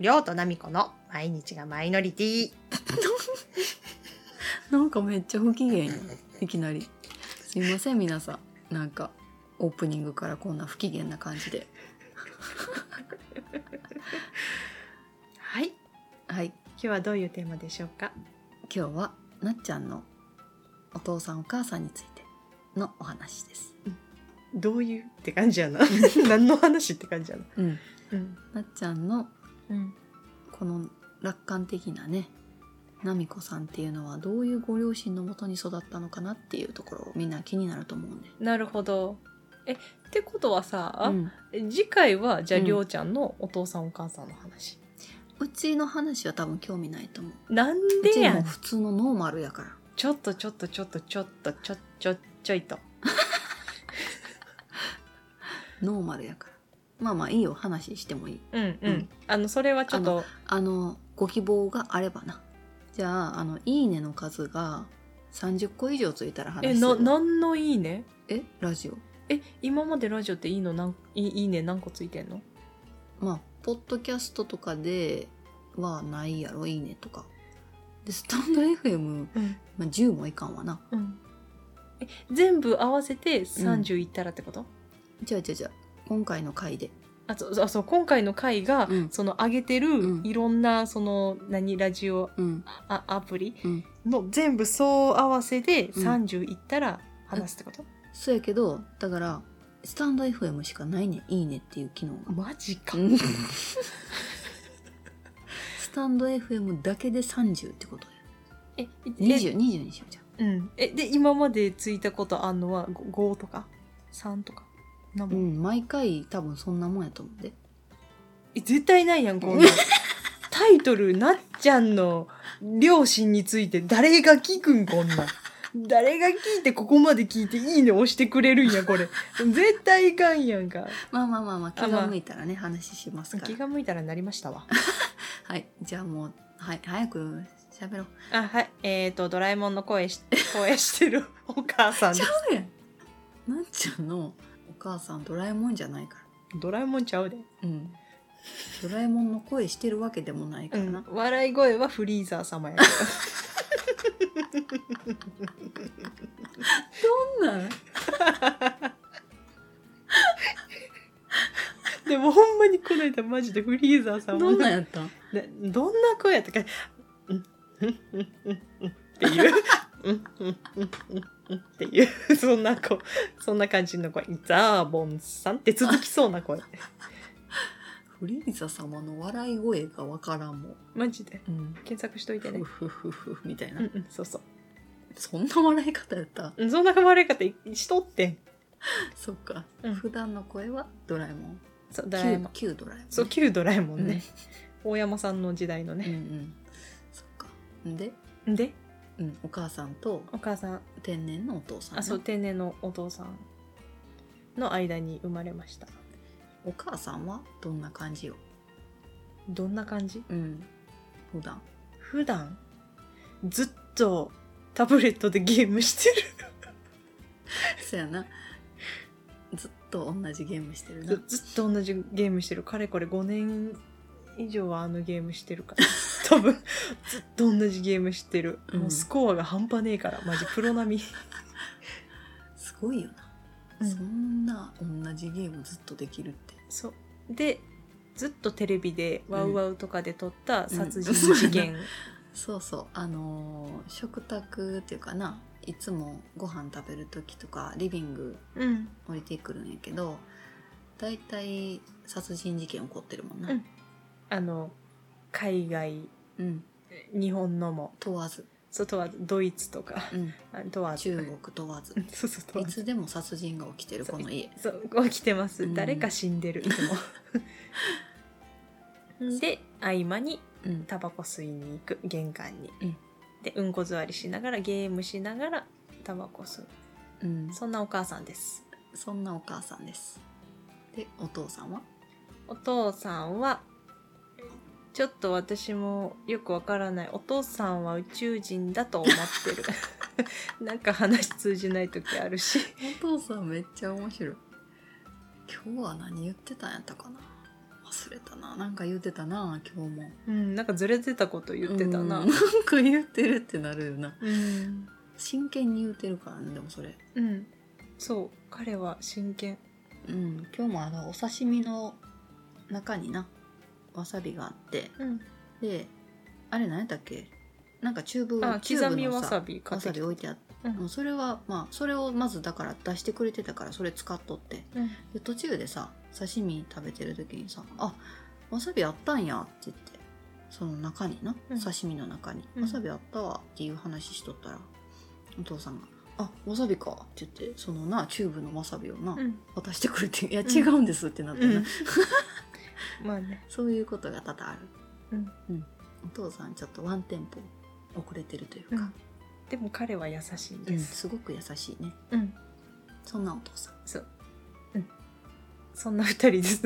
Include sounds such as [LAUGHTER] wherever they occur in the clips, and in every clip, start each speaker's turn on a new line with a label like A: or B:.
A: りょうとなみこの毎日がマイノリティ。
B: [LAUGHS] なんかめっちゃ不機嫌やいきなりすいません皆さんなんかオープニングからこんな不機嫌な感じで
A: はい。
B: はい
A: 今日はどういうテーマでしょうか。
B: 今日はなっちゃんのお父さんお母さんについてのお話です
A: どういうって感じ
C: [LAUGHS]
A: やな。何の話って感じやな。
B: うん
A: うん。
B: なっちゃんの
A: うん。
B: この楽観的なねなみこさんっていうのはどういうご両親のもとに育ったのかなっていうところをみんな気になると思うんで、
C: なるほど。えってことは
B: う
C: さ、
B: ん、
C: 次回はじゃあ
B: うん
C: りょうちゃんのお父さんお母さんの話。
B: うちの話は多分興味ないと思う
C: なん
B: う
C: で
B: ち
C: や
B: も
C: ん。
B: 普通のノーマルやから
C: ちょっとちょっとちょっとちょっとちょちょちょいと。
B: ノーマルやからまあまあいいよ話してもいい
C: うんうん。
B: うん
C: あのそれはちょっと
B: あのご希望があればなじゃああの「いいね」の数が30個以上ついたら話
C: え
B: する
C: な何のいいね。
B: えラジオ
C: え今までラジオっていいのなんいいいいね何個ついてんの？
B: まあポッドキャストとかではないやろ「いいね」とかでスタンド FM、
C: うん
B: まあ、10もいかんわな
C: うん。え全部合わせて三十いったらってこと？
B: じゃあじゃあじゃあ今回の回で
C: あそうあそう今回の回が、
B: うん
C: その上げてる、
B: うん
C: いろんなその何ラジオ
B: うん
C: あアプリ
B: うん
C: の全部総合わせで
B: うん
C: 30いったら話すってこと、
B: そうやけどだからスタンド FM しかないねん「いいね」っていう機能が
C: マジか
B: うん [LAUGHS] スタンド FM だけで30ってことや
C: ええ
B: 2020にしようじゃあ
C: うんえで今までついたことあんのはご5とか3とかなん
B: う
C: も
B: ん、毎回多分そんなもんやと思うで。
C: え絶対ないやんこ [LAUGHS] んなんタイトル「なっちゃんの両親について誰が聞くんこんなん誰が聞いてここまで聞いて「いいね」押してくれるんやこれ絶対いかんやんか
B: まあまあまあまあ、気
C: あまあ
B: が向いたらね、話しますか
C: 気
B: ら。
C: が向いたらなりましたわ
B: はい、じゃあもう、はい、早く喋ろう。
C: あはいえー、と「ドラえもんの声し声してる [LAUGHS] お母さんです」
B: うやんなっちゃんのお母さん、ドラえもんじゃないか
C: ドラえもんちゃうで、
B: ら。うん。ドラえもんの声してるわけでもないからな。
C: 笑い声はフリーザー様やけど
B: そんなん
C: でもほんまにこの間マジでフリーザー様
B: どんなんやったん
C: でどんな声やったかうんうんうんうんうんっていううんうんうんうんうんっていうそんな子そんな感じの声ザーボンさんって続きそうな声
B: フリーザ様の笑い声がわからんもん。
C: マジで
B: うん。
C: 検索しといてね
B: ふふふふみたいな、
C: うんうんそうそう
B: そんな笑い方やった [LAUGHS]
C: うんそんな悪い方しとってん
B: そっか、
C: うん
B: 普段の声はドラえもん
C: そうドラえもん
B: 旧旧ドラえもんね
C: そう旧ドラえもん
B: うん
C: ね、大山さんの時代の
B: うんう
C: ね、
B: ん、そっかで、
C: で
B: うん、お母さんと
C: お母さん
B: 天然のお父さんね、
C: あそう定年のお父さんの間に生まれました
B: お母さんはどんな感じよ、
C: どんな感じ
B: うん、普段 [LAUGHS]
C: 普段ずっとタブレットでゲームして
B: そやなずっと同じゲームしてるな
C: る [LAUGHS] ずずっと同じゲームしてるかれこれ5年以上はあのゲームしてるから [LAUGHS] 多分ずっと同じゲームしてる、
B: うん
C: もうスコアが半端ねえからマジプロ [LAUGHS] 並み、
B: すごいよな、そんな同じゲームずっとできるって
C: そうでずっとテレビで「ワウワウ」とかで撮った殺人
B: うん
C: 事件、
B: そうそうあのー食卓っていうかないつもご飯食べる時とかリビング
C: [LAUGHS] うん
B: 降りてくるんやけどだいたい殺人事件起こってるもんな、
C: うんあの海外
B: うん、
C: 日本のも
B: 問わず、
C: 外はドイツとか
B: うん、
C: あとは
B: 中国問わず
C: そうそう問
B: い
C: わず
B: つでも殺人が起きてる
C: そう
B: この家
C: そう起きてます、
B: うん
C: 誰か死んでるいつも [LAUGHS] で合間に
B: うん
C: タバコ吸いに行く玄関に、
B: うん
C: でうんこ座りしながらゲームしながらタバコ吸う
B: うん、そ
C: そんなお母さんです
B: そんなお母さんですでお父さんは
C: お父さんはちょっと私もよくわからないお父さんは宇宙人だと思って [LAUGHS] るなんか話通じない時あるし
B: お父さんめっちゃ面白い今日は何言ってたんやったかな忘れたななんか言ってたな今日も
C: うん、なんかずれてたこと言ってた
B: う。
C: なん
B: なんか言ってるってなるよな
C: うん。
B: 真剣に言ってるからねでもそれ
C: うん。そう、彼は真剣。
B: うん今日もあのお刺身の中になわさびがあって
C: うん。
B: であれ何やったっけなんかチューブ
C: あ、
B: チュー
C: 刻
B: ブ
C: み
B: の
C: わ
B: さ
C: さび買
B: わ
C: って
B: さ
C: き
B: び
C: た。
B: 置いてあって
C: うん
B: もうそれはまあそれをまずだから出してくれてたからそれ使っとって
C: うん
B: で途中でさ刺身食べてる時にさ「あわさびあったんや」って言ってその中にな、
C: うん
B: 刺身の中に「
C: うん
B: わさびあったわ」っていう話しとったら、お父さんが「あわさびか」って言ってそのなチューブのわさびをな、
C: うん。
B: 渡してくれて「いや
C: ん
B: 違うんです」ってなって
C: う
B: な、
C: ん [LAUGHS] まあね。
B: そういうことが多々ある、
C: うん
B: お父さんちょっとワンテンポ遅れてるというか、
C: うんでも彼は優しい
B: うん
C: です。
B: すごく優しいね
C: うん。
B: そんなお父さん
C: そう。うん。そんな二人 [LAUGHS] です。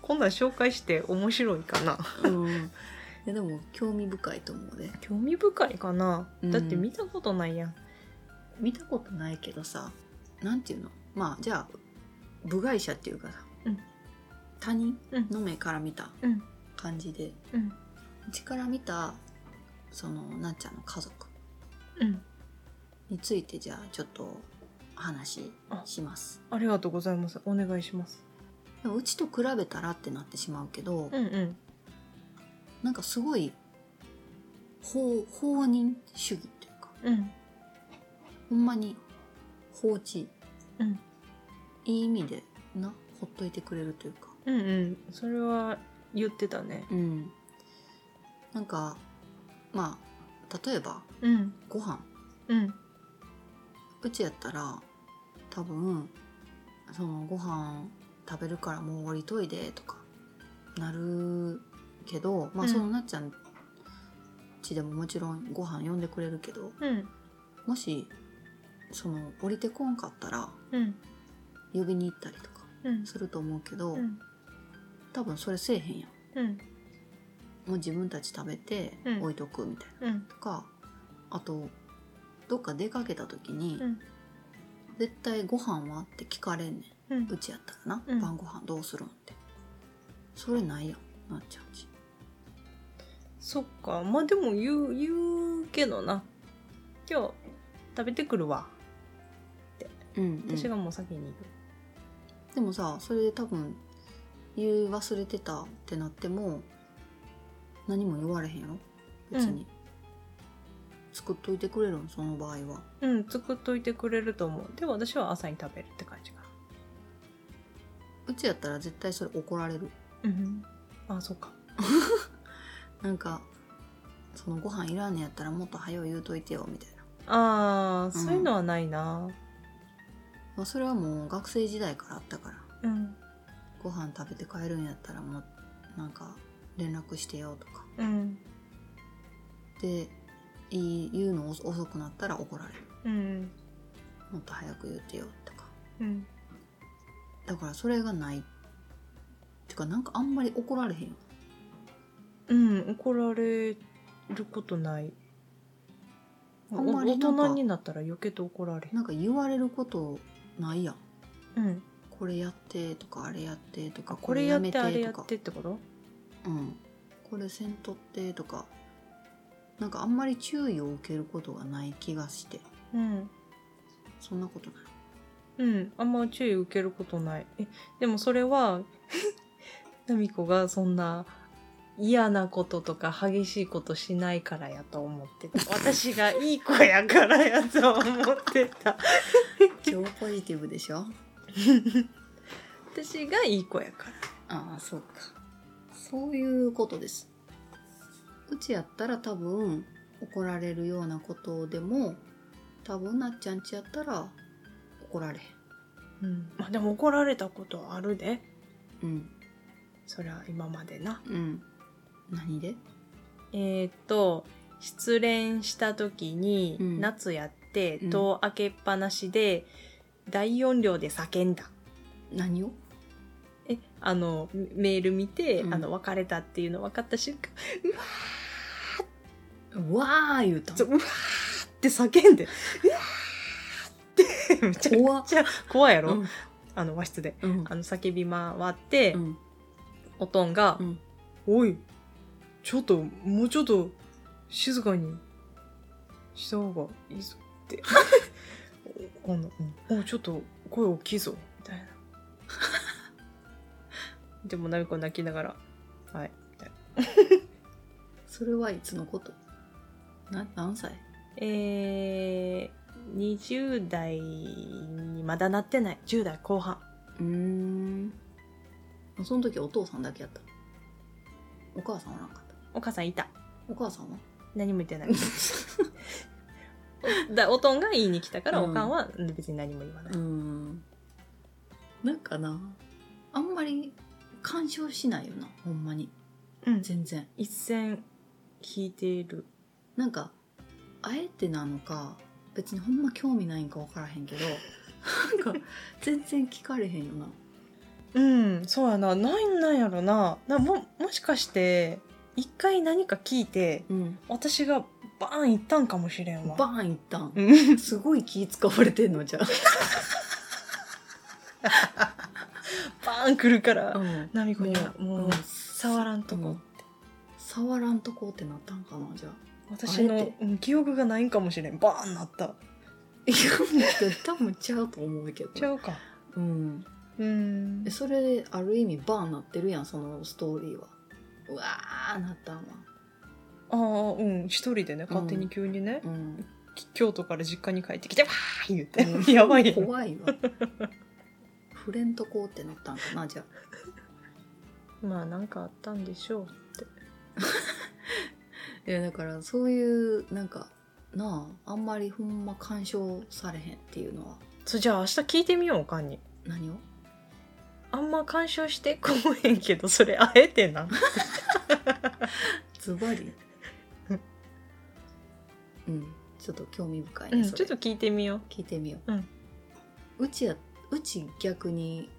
C: こんなん紹介して面白いかな。
B: うん [LAUGHS] いやでも興味深いと思うね
C: 興味深いかな。
B: うん
C: だって見たことないやん。
B: 見たことないけどさなんていうのまあじゃあ部外者っていうかさ、
C: うん
B: 他人
C: うん
B: の目から見た
C: うん
B: 感じで
C: うん
B: うちから見たそのなっちゃんの家族
C: うん。
B: についてじゃあちょっと話します
C: ありがとうございます。お願いします。
B: でもうちと比べたらってなってしまうけど、
C: うんうん。
B: なんかすごい放放任主義っていうか
C: うん
B: ほんまに放置、
C: うん
B: いい意味でなほっといてくれるというか
C: うんうん。それは言ってたね。
B: うん、なんかまあ例えば
C: うん
B: ご飯
C: うん
B: うちやったら多分そのご飯食べるからもう降りといでとかなるけどま
C: う
B: あ
C: ん
B: そのなっちゃんちでももちろんご飯呼んでくれるけど
C: うん
B: もしその降りてこんかったら
C: うん
B: 呼びに行ったりとか
C: うん
B: すると思うけど、
C: うん
B: 多分それせえへんやん
C: うん
B: もう自分たち食べて
C: うん
B: 置いとくみたいな。
C: うん
B: とかあとどっか出かけた時に、
C: うん
B: 絶対ご飯はって聞かれんね
C: うん
B: うちやったらな、
C: うん
B: 晩ご飯どうするんってそれないやんなっちゃうし
C: そっかまあでも言う言うけどな今日食べてくるわ
B: うん、うん、
C: 私がもう先に
B: でもさそれで多分言う忘れてたってなっても何も言われへんやろ別に、
C: う
B: 作っといてくれるんその場合は
C: 言ううん作っといてくれると思うで私は朝に食べるって感じかな
B: うちやったら絶対それ怒られる
C: うんあそっか
B: なんかそのご飯いらんねやったらもっと早う言うといてよみたい
C: あー
B: なうん
C: そういうのはないな
B: まあ、それはもう学生時代からあったから
C: うん
B: ご飯食べて帰るんやったらもうなんか連絡してよとか
C: うん
B: でいい言うの遅遅くなったら怒られる
C: うん
B: もっと早く言ってよとか
C: うん
B: だからそれがないってかなんかあんまり怒られへんよ
C: うん怒られることない
B: あんまり
C: お大
B: なんか
C: 人になったら余計と怒られる
B: なんか言われることないやん
C: うん
B: これやってとかあれやってとか
C: これやっ
B: め
C: てあれや
B: と
C: っ
B: か
C: てってこと
B: うんこれせんとってとかなんかあんまり注意を受けることがない気がして
C: うん
B: そんなことない
C: うんあんま注意受けることないえでもそれは [LAUGHS] ナミコがそんな嫌なこととか激しいことしないからやと思って [LAUGHS] た私がいい子やからやと思ってた
B: 超ポジティブでしょ
C: 私がいい子やか
B: ああそうかそういうことですうちやったら多分怒られるようなことでも多分なっちゃんちやったら怒られ
C: ら、うんまあ、でも怒られたことはあるで
B: へんうん
C: そりゃ今までな
B: うん何で
C: えーっと失恋した時に
B: うん
C: 夏やって
B: うん
C: 戸を開けっぱなしで大音量で叫んだ
B: 何を
C: えあのメメール見て、
B: うん
C: あの別れたっていうの分かった瞬間
B: わー言うた
C: ちょうわーって叫んでうわーってめっちゃ
B: 怖っ
C: 怖いや
B: う
C: ろ、
B: ん
C: あの和室で
B: うん
C: あの叫び回って、
B: うん
C: おとんが、
B: うん
C: おい、ちょっと、もうちょっと、静かにした方がいいぞって。 [LAUGHS] この、うん、おちょっと声大きいぞ、みたいな。でも、なみこ泣きながら、はい、みたいな
B: それはいつのことな何歳
C: えー、20代にまだなってない。10代後半。
B: うーんその時お父さんだけやったお母さんおらんかった
C: お母さんいた。
B: お母さ [LAUGHS] んは
C: 何も言ってない。だおとんが言いに来たから、
B: うん
C: おかんは別に何も言わない。
B: んなんかなあんまり干渉しないよなほんまに
C: うん
B: 全然
C: 一線引いている。
B: なんかあえてなのか別にほんま興味ないんか分からへんけどなんか全然聞かれへんよな
C: うん、そうやな。ないんなんやろな。なも、もしかして、一回何か聞いて、
B: うん
C: 私がバーン行ったんかもしれんわ。
B: バーンいったん
C: うん
B: すごい気使われてんのじゃ
C: バーン来るか
B: あ、
C: ら、
B: ん、
C: ナミコには
B: もう
C: もう、触らんとこ
B: うん触らんとこってなったんかなじゃあ
C: 私の
B: あえて
C: うん記憶がないんかもしれん。バーンなった。
B: いや多分ちゃうと思うけど
C: ちゃうか。
B: うん
C: うん
B: え。それである意味バーンなってるやんそのストーリーはうわーなったんは
C: ああ、うん。一人でね、勝手に急にね、
B: うん
C: き京都から実家に帰ってきて、わー言って。 [LAUGHS] やばいやん
B: 怖いわ触れんとこってなったんかなじゃあ
C: まあ、なんかあったんでしょうって。
B: いやだからそういうなんかなああんまりほんま干渉されへんっていうのは
C: そう、じゃあ明日聞いてみよう、おかんに。
B: 何を
C: あんま干渉してこへんけど、それあえてな。
B: ズバリ
C: [LAUGHS]
B: うんちょっと興味深いね、
C: [LAUGHS] うん、
B: そ
C: ちょ
B: れ
C: っと聞いてみよう。
B: 聞いてみよう、
C: うん
B: うちやうち逆に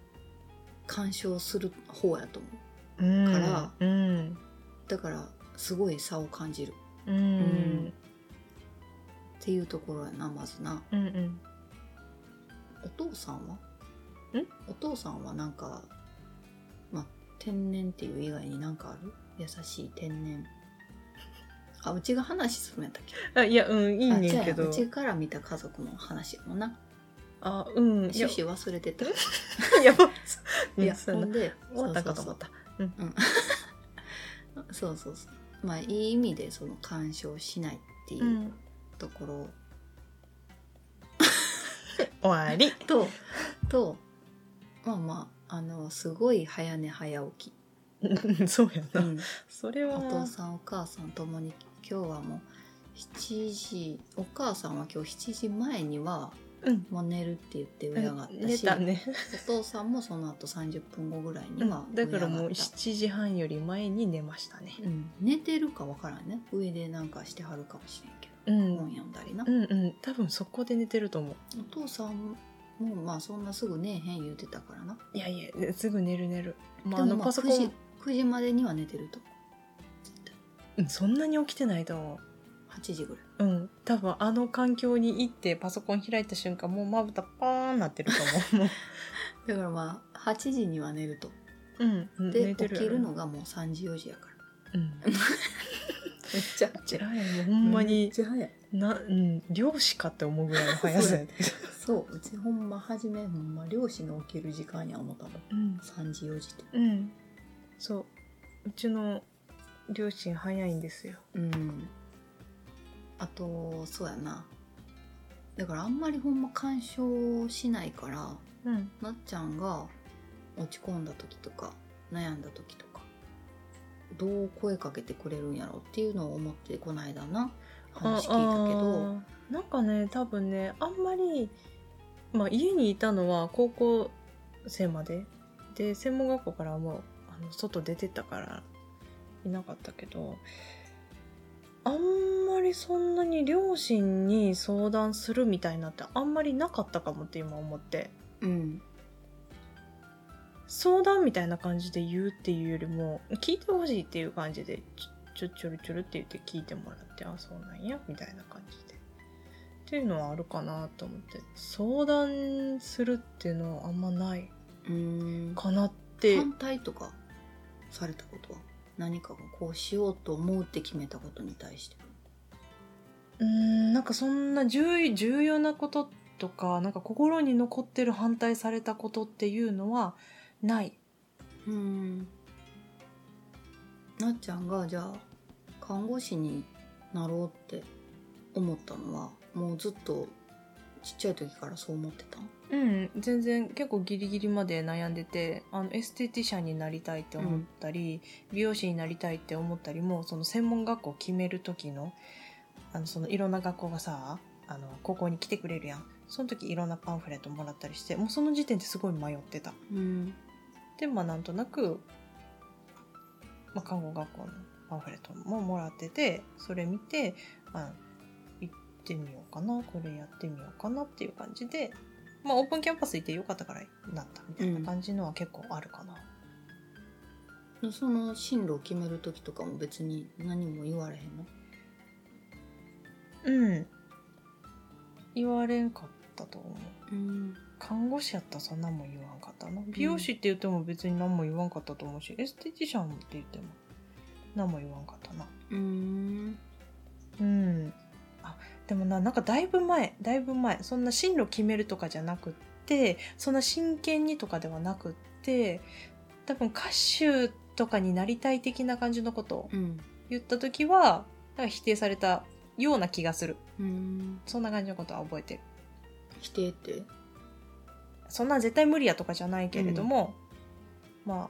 B: 干渉する方やと思う
C: うん
B: から
C: うん。
B: だからすごい差を感じる
C: うん。うん。
B: っていうところやなまずな
C: うん。
B: お父さんは
C: ん
B: お父さんはなんかまあ天然っていう以外になんかある優しい天然あうちが話するんやったっけ
C: あ、いや、うん、いい
B: あ
C: ねんけ
B: じゃあ
C: ど
B: う。ちから見た家族の話やもんな
C: あ、うん。い
B: 趣
C: や、
B: 旨忘れてたい
C: [LAUGHS] やば。 [LAUGHS] い
B: や
C: や、そ
B: ほ
C: うん
B: で
C: 終わったかと思った。。
B: そうそうそうまあいい意味でその干渉しないっていううんところ
C: 終わ [LAUGHS] り。
B: と、とまあまああのすごい早寝早起き、
C: うんそうや
B: う
C: な。
B: ん、
C: それは。
B: お父さんお母さんともに今日はもう7時お母さんは今日7時前には
C: うん。
B: もう寝るって言って上がった
C: 出
B: し、
C: たね。
B: お父さんもその後30分後ぐらいには
C: だからもう
B: 上がっ
C: 7時半より前に寝ましたね。
B: た、うん、寝てるかわからんね上でなんかしてはるかもしれんけ
C: う
B: ど
C: ん。
B: 本読んだりな、
C: うんうん。多分そこで寝てると思う。
B: お父さんもまあそんなすぐ寝えへん言うてたからない
C: やいや、すぐ寝る寝る。まあ、あ
B: で
C: の
B: もまあ
C: パソ
B: 9
C: コン
B: 時。9時までには寝てると
C: うんそんなに起きてないと思。
B: 8時ぐらいう
C: うん。多分あの環境に行ってパソコン開いた瞬間、もうまぶたパーンなってると思う。も
B: だからまあ8時には寝ると [LAUGHS]
C: ううん。
B: で
C: 寝て
B: 起
C: る
B: きるのがもう3時4時やから
C: うん。
B: めっちゃ
C: えらいもうほんまに、
B: 早い
C: な、うん、漁師かって思うぐらいの速さやね
B: そううちほんま初めほんま漁師の起きる時間や思ったの
C: うん。
B: 3時4時と
C: うん。そう。うちの両親早いんですよ。
B: うんあとそうやなだからあんまりほんま干渉しないから
C: うん。
B: なっちゃんが落ち込んだ時とか悩んだ時とかどう声かけてくれるんやろうっていうのを思ってこないだな話聞いたけど
C: あーなんかね多分ねあんまり、まあ、家にいたのは高校生までで専門学校からはもうあの外出てったからいなかったけどあんまりそんなに両親に相談するみたいなってあんまりなかったかもって今思って
B: うん
C: 相談みたいな感じで言うっていうよりも聞いてほしいっていう感じでちょちょちょるちょるって言って聞いてもらってあそうなんやみたいな感じでっていうのはあるかなと思って相談するっていうのはあんまないう
B: ーん
C: かなって
B: 反対とかされたことは何かがこうしようと思うって決めたことに対して
C: うんなんかそんな重い重要なこととかなんか心に残ってる反対されたことっていうのはない。
B: うんなっちゃんがじゃあ看護師になろうって思ったのはもうずっとちっちゃい時からそう思ってたん
C: うん、全然結構ギリギリまで悩んでてあのエステティシャンになりたいって思ったり、美容師になりたいって思ったりもその専門学校決める時のあのそのいろんな学校がさあの高校に来てくれるやんその時いろんなパンフレットもらったりしてもうその時点ですごい迷ってた
B: うん
C: でまあなんとなく、まあ、看護学校のパンフレットももらっててそれ見て、まあ、行ってみようかなこれやってみようかなっていう感じで、まあ、オープンキャンパス行ってよかったからなったみたいな感じのは結構あるかな。
B: その進路を決める時とかも別に何も言われへんの
C: うん、言われんかったと思う。
B: うん
C: 看護師やったらそんなんも言わんかったな美容師って言っても別に何も言わんかったと思うし、エステティシャンって言っても何も言わんかったな
B: うん
C: うん、あでもななんかだいぶ前だいぶ前そんな進路決めるとかじゃなくってそんな真剣にとかではなくって多分歌手とかになりたい的な感じのことを
B: うん
C: 言った時はなんか否定されたような気がする
B: うん
C: そんな感じのことは覚えてる
B: 否定って
C: そんな絶対無理やとかじゃないけれども、まあ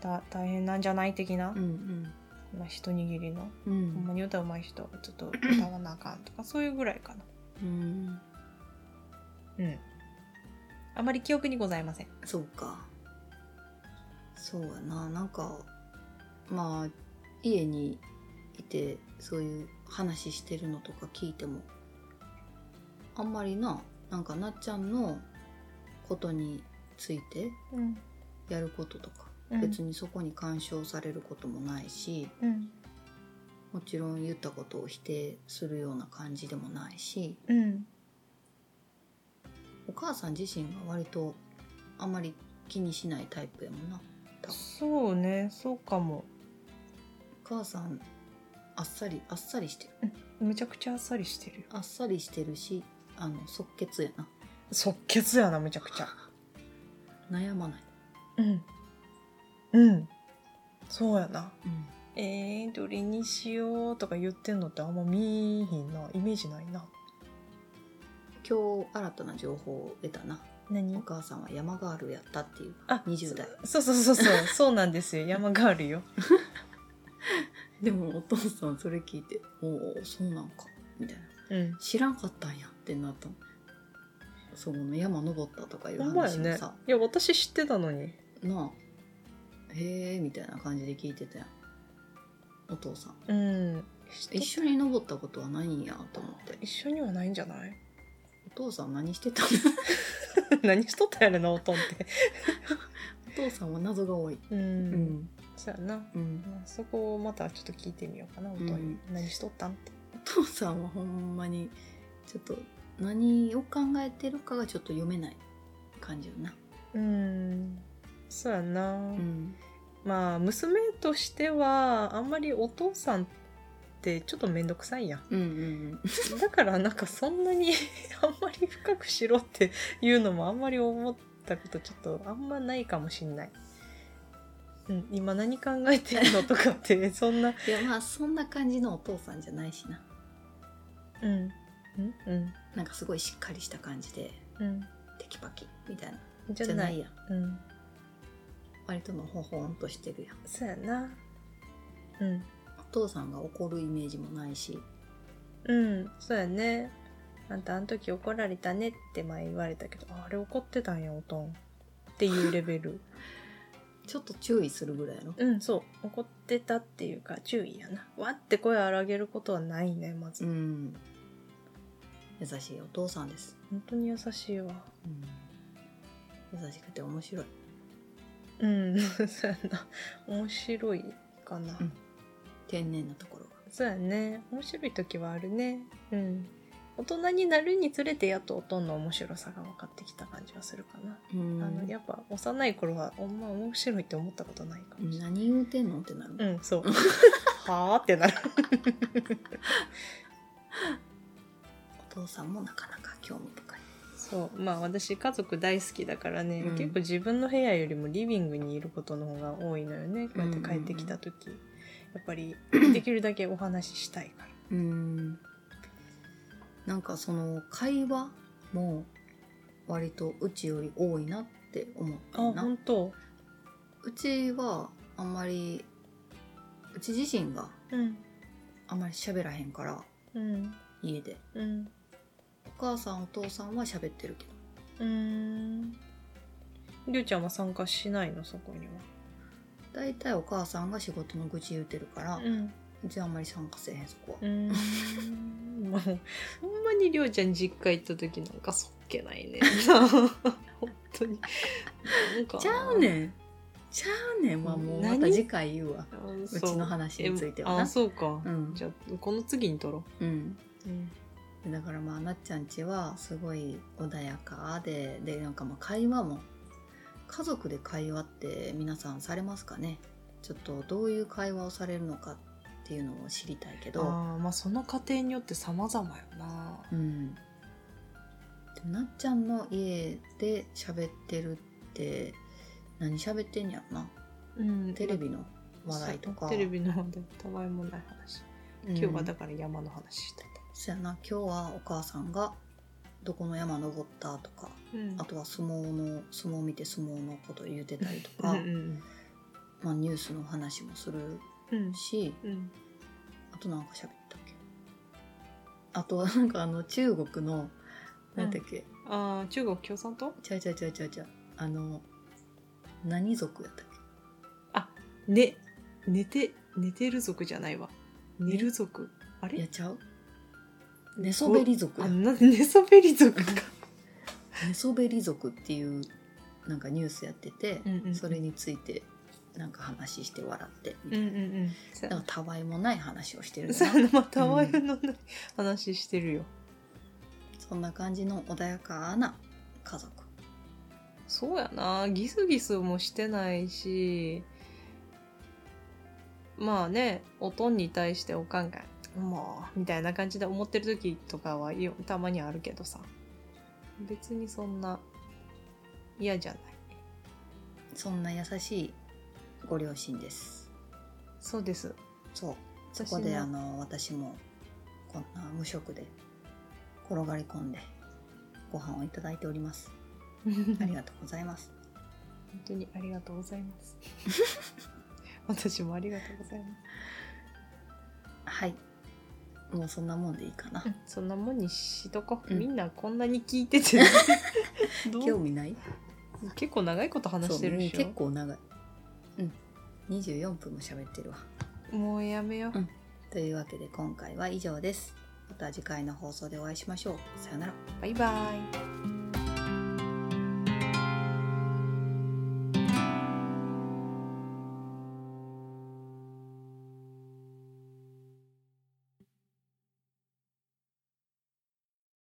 C: だ大変なんじゃない的な、
B: うん
C: まあ、一握りの
B: うんう
C: ほん
B: ん
C: まに歌うまい人ちょっと歌わなあかんとかそういうぐらいかな
B: うん
C: うん。あまり記憶にございません。
B: そうかそうやななんかまあ家にいてそういう話してるのとか聞いてもあんまりななんかなっちゃんのことについて
C: うん。
B: やることとか別にそこに干渉されることもないし、
C: うん。
B: もちろん言ったことを否定するような感じでもないし
C: うん。
B: お母さん自身が割とあんまり気にしないタイプやもんな
C: そうね、そうかも。
B: お母さんあっさりあっさりしてる
C: めちゃくちゃあっさりしてるよ。
B: あっさりしてるしあの即決やな
C: 即決やな、めちゃくちゃ。
B: 悩まない、
C: うん。うん。そうやな。
B: うん、
C: えー、どれにしようとか言ってんのってあんま見えひんな。イメージないな。
B: 今日新たな情報を得たなお
C: 何
B: 母さんは山ガールやったっていう
C: あ
B: 20代
C: そうそうそう [LAUGHS] そう。そうなんですよ。山があるよ。
B: でもお父さんそれ聞いて「おおそうなんか」みたいな
C: うん。
B: 知らんかったんやってなったのその山登ったとかいう
C: ほんま
B: 話
C: や
B: も
C: ね
B: さ、。
C: いや、私知ってたのに。
B: なあへえみたいな感じで聞いてたやんお父さん
C: うん。
B: 一緒に登ったことはないんやと思って
C: 一緒にはないんじゃない
B: お父さん何してたの
C: [LAUGHS] 何しとったやろなおとんって
B: お父さんは謎が多い
C: うん、
B: うん
C: そうやな
B: うん
C: まあそこをまたちょっと聞いてみようかなおとんに、
B: うん
C: 何しとったんって
B: お父さんはほんまにちょっと何を考えてるかがちょっと読めない感じよな
C: うんそうやな、
B: うん
C: まあ娘としてはあんまりお父さんってちょっと面倒くさい [LAUGHS] やん
B: うんうん
C: だからなんかそんなに [LAUGHS] あんまり深くしろっていうのもあんまり思ったことちょっとあんまないかもしんない、うん、今何考えてるのとかってそんな
B: うんいやまあそんな感じのお父さんじゃないしな
C: うんうんうん
B: なんかすごいしっかりした感じで
C: うん
B: テキパキみたいな
C: じ
B: じゃ
C: ゃ
B: な
C: ない
B: いやん
C: うん
B: 割とのほほんとしてるやん
C: そうやな。うん。
B: お父さんが怒るイメージもないし
C: うん、そうやね。あんたあの時怒られたねって前言われたけど、ああれ怒ってたんや、おとん。っていうレベ
B: [LAUGHS]
C: ル。
B: ちょっと注意するぐらいの
C: うん、そう。怒ってたっていうか、注意やな。わって声荒げることはないね、まず。
B: うん優しいお父さんです、
C: 本当に優しいわ。
B: うん、優しくて面白い
C: うん、 [LAUGHS] そうやな。面白いかな。
B: うん天然なところが
C: そうやね。面白い時はあるね。うん。大人になるにつれてやっとおとんの面白さが分かってきた感じはするかな、
B: うん
C: あのやっぱ幼い頃はあんま面白いって思ったことないかもしれない
B: 何言うてんのってなる、
C: うん、そう
B: [LAUGHS]
C: はあってなる
B: お父さんもなかなか興味深い
C: そうまあ私家族大好きだからね、
B: うん
C: 結構自分の部屋よりもリビングにいることの方が多いのよねこうやって帰ってきた時、やっぱ
B: [LAUGHS]
C: りできるだけお話ししたいから
B: うんなんかその会話も割とうちより多いなって思った
C: あ
B: な
C: 本当
B: うちはあんまりうち自身が
C: うん
B: あんまり喋らへんから
C: うん
B: 家で
C: うん
B: お母さんお父さんは喋ってるけど
C: うーんりゅうちゃんは参加しないのそこに
B: 大体お母さんが仕事の愚痴言うてるから、
C: は
B: う
C: うん
B: ちはあんまり参加せえへんそこは
C: う、ーん [LAUGHS] もうほんまにりょうちゃん実家行った時なんかそっけない
B: [LAUGHS]
C: ね本当になんか
B: ちゃうねんちゃうねんはもうま
C: 何
B: た次回言うわ
C: う
B: うちの話については
C: あ
B: な
C: そうか、
B: うん
C: じゃあこの次に撮ろ
B: うん
C: う、うん、
B: だからまあなっちゃんちはすごい穏やかででなんかまあ会話も家族で会話って皆さんされますかねちょっとどういう会話をされるのかっていうのを知りたいけ
C: あ
B: ど、
C: ーまあその家庭によって様々よな
B: うん、でもなっちゃんの家で喋ってるって何喋ってんやろな
C: うん
B: テレビの話題とか
C: そうテレビの話題たわいもない話
B: うん
C: 今日はだから山の話して
B: そやな今日はお母さんがどこの山登ったとか
C: た、うん
B: あとは相撲の相撲見て相撲のこと言うてたりと
C: うん
B: か
C: う、ん
B: まあ、ニュースの話もする
C: うん
B: し
C: うん
B: あとなんか喋ったっけあとなんかあの中国の何だっけ、
C: あー中国共産党
B: ちゃうちゃうちゃうちゃうちゃうあの何族やったっけ
C: ね寝て寝てる族じゃないわ寝る族あ
B: いや
C: れ
B: ちゃう寝そべり族
C: あ
B: や
C: な寝そべり族か
B: 寝そべり族っていうなんかニュースやってて、
C: うんうん
B: それについてなんか話して笑ってみ
C: う
B: たい
C: ん
B: な
C: うんうんそ
B: なんかたわいもない話
C: [LAUGHS]
B: をしてるんだな
C: うまあたわいのない話してるよ、
B: そんな感じの穏やかな家族
C: そうやなギスギスもしてないしまあねおとんに対しておかんが「もう」みたいな感じで思ってる時とかはよたまにあるけどさ別にそんな嫌じゃない
B: そんな優しいご両親です
C: そうです
B: そうそ
C: 私
B: こで
C: も
B: あの私もこんな無職で転がり込んでご飯をいただいてお
C: [LAUGHS]
B: りますありがとうございます
C: 本当にありがとうございます [LAUGHS] 私もありがとうございま
B: はいもうそんなもんでいいかな
C: すそんなもんにしとこ、
B: うん
C: みんなこんなに聞い [LAUGHS] ててどう
B: 興味ない
C: 結構長いこと話してるでしょ
B: そうもう結構長いうん24分も喋ってるわ
C: もうやめよう、
B: うんというわけで今回は以上ですまた次回の放送でお会いしましょうさよなら
C: バイバイ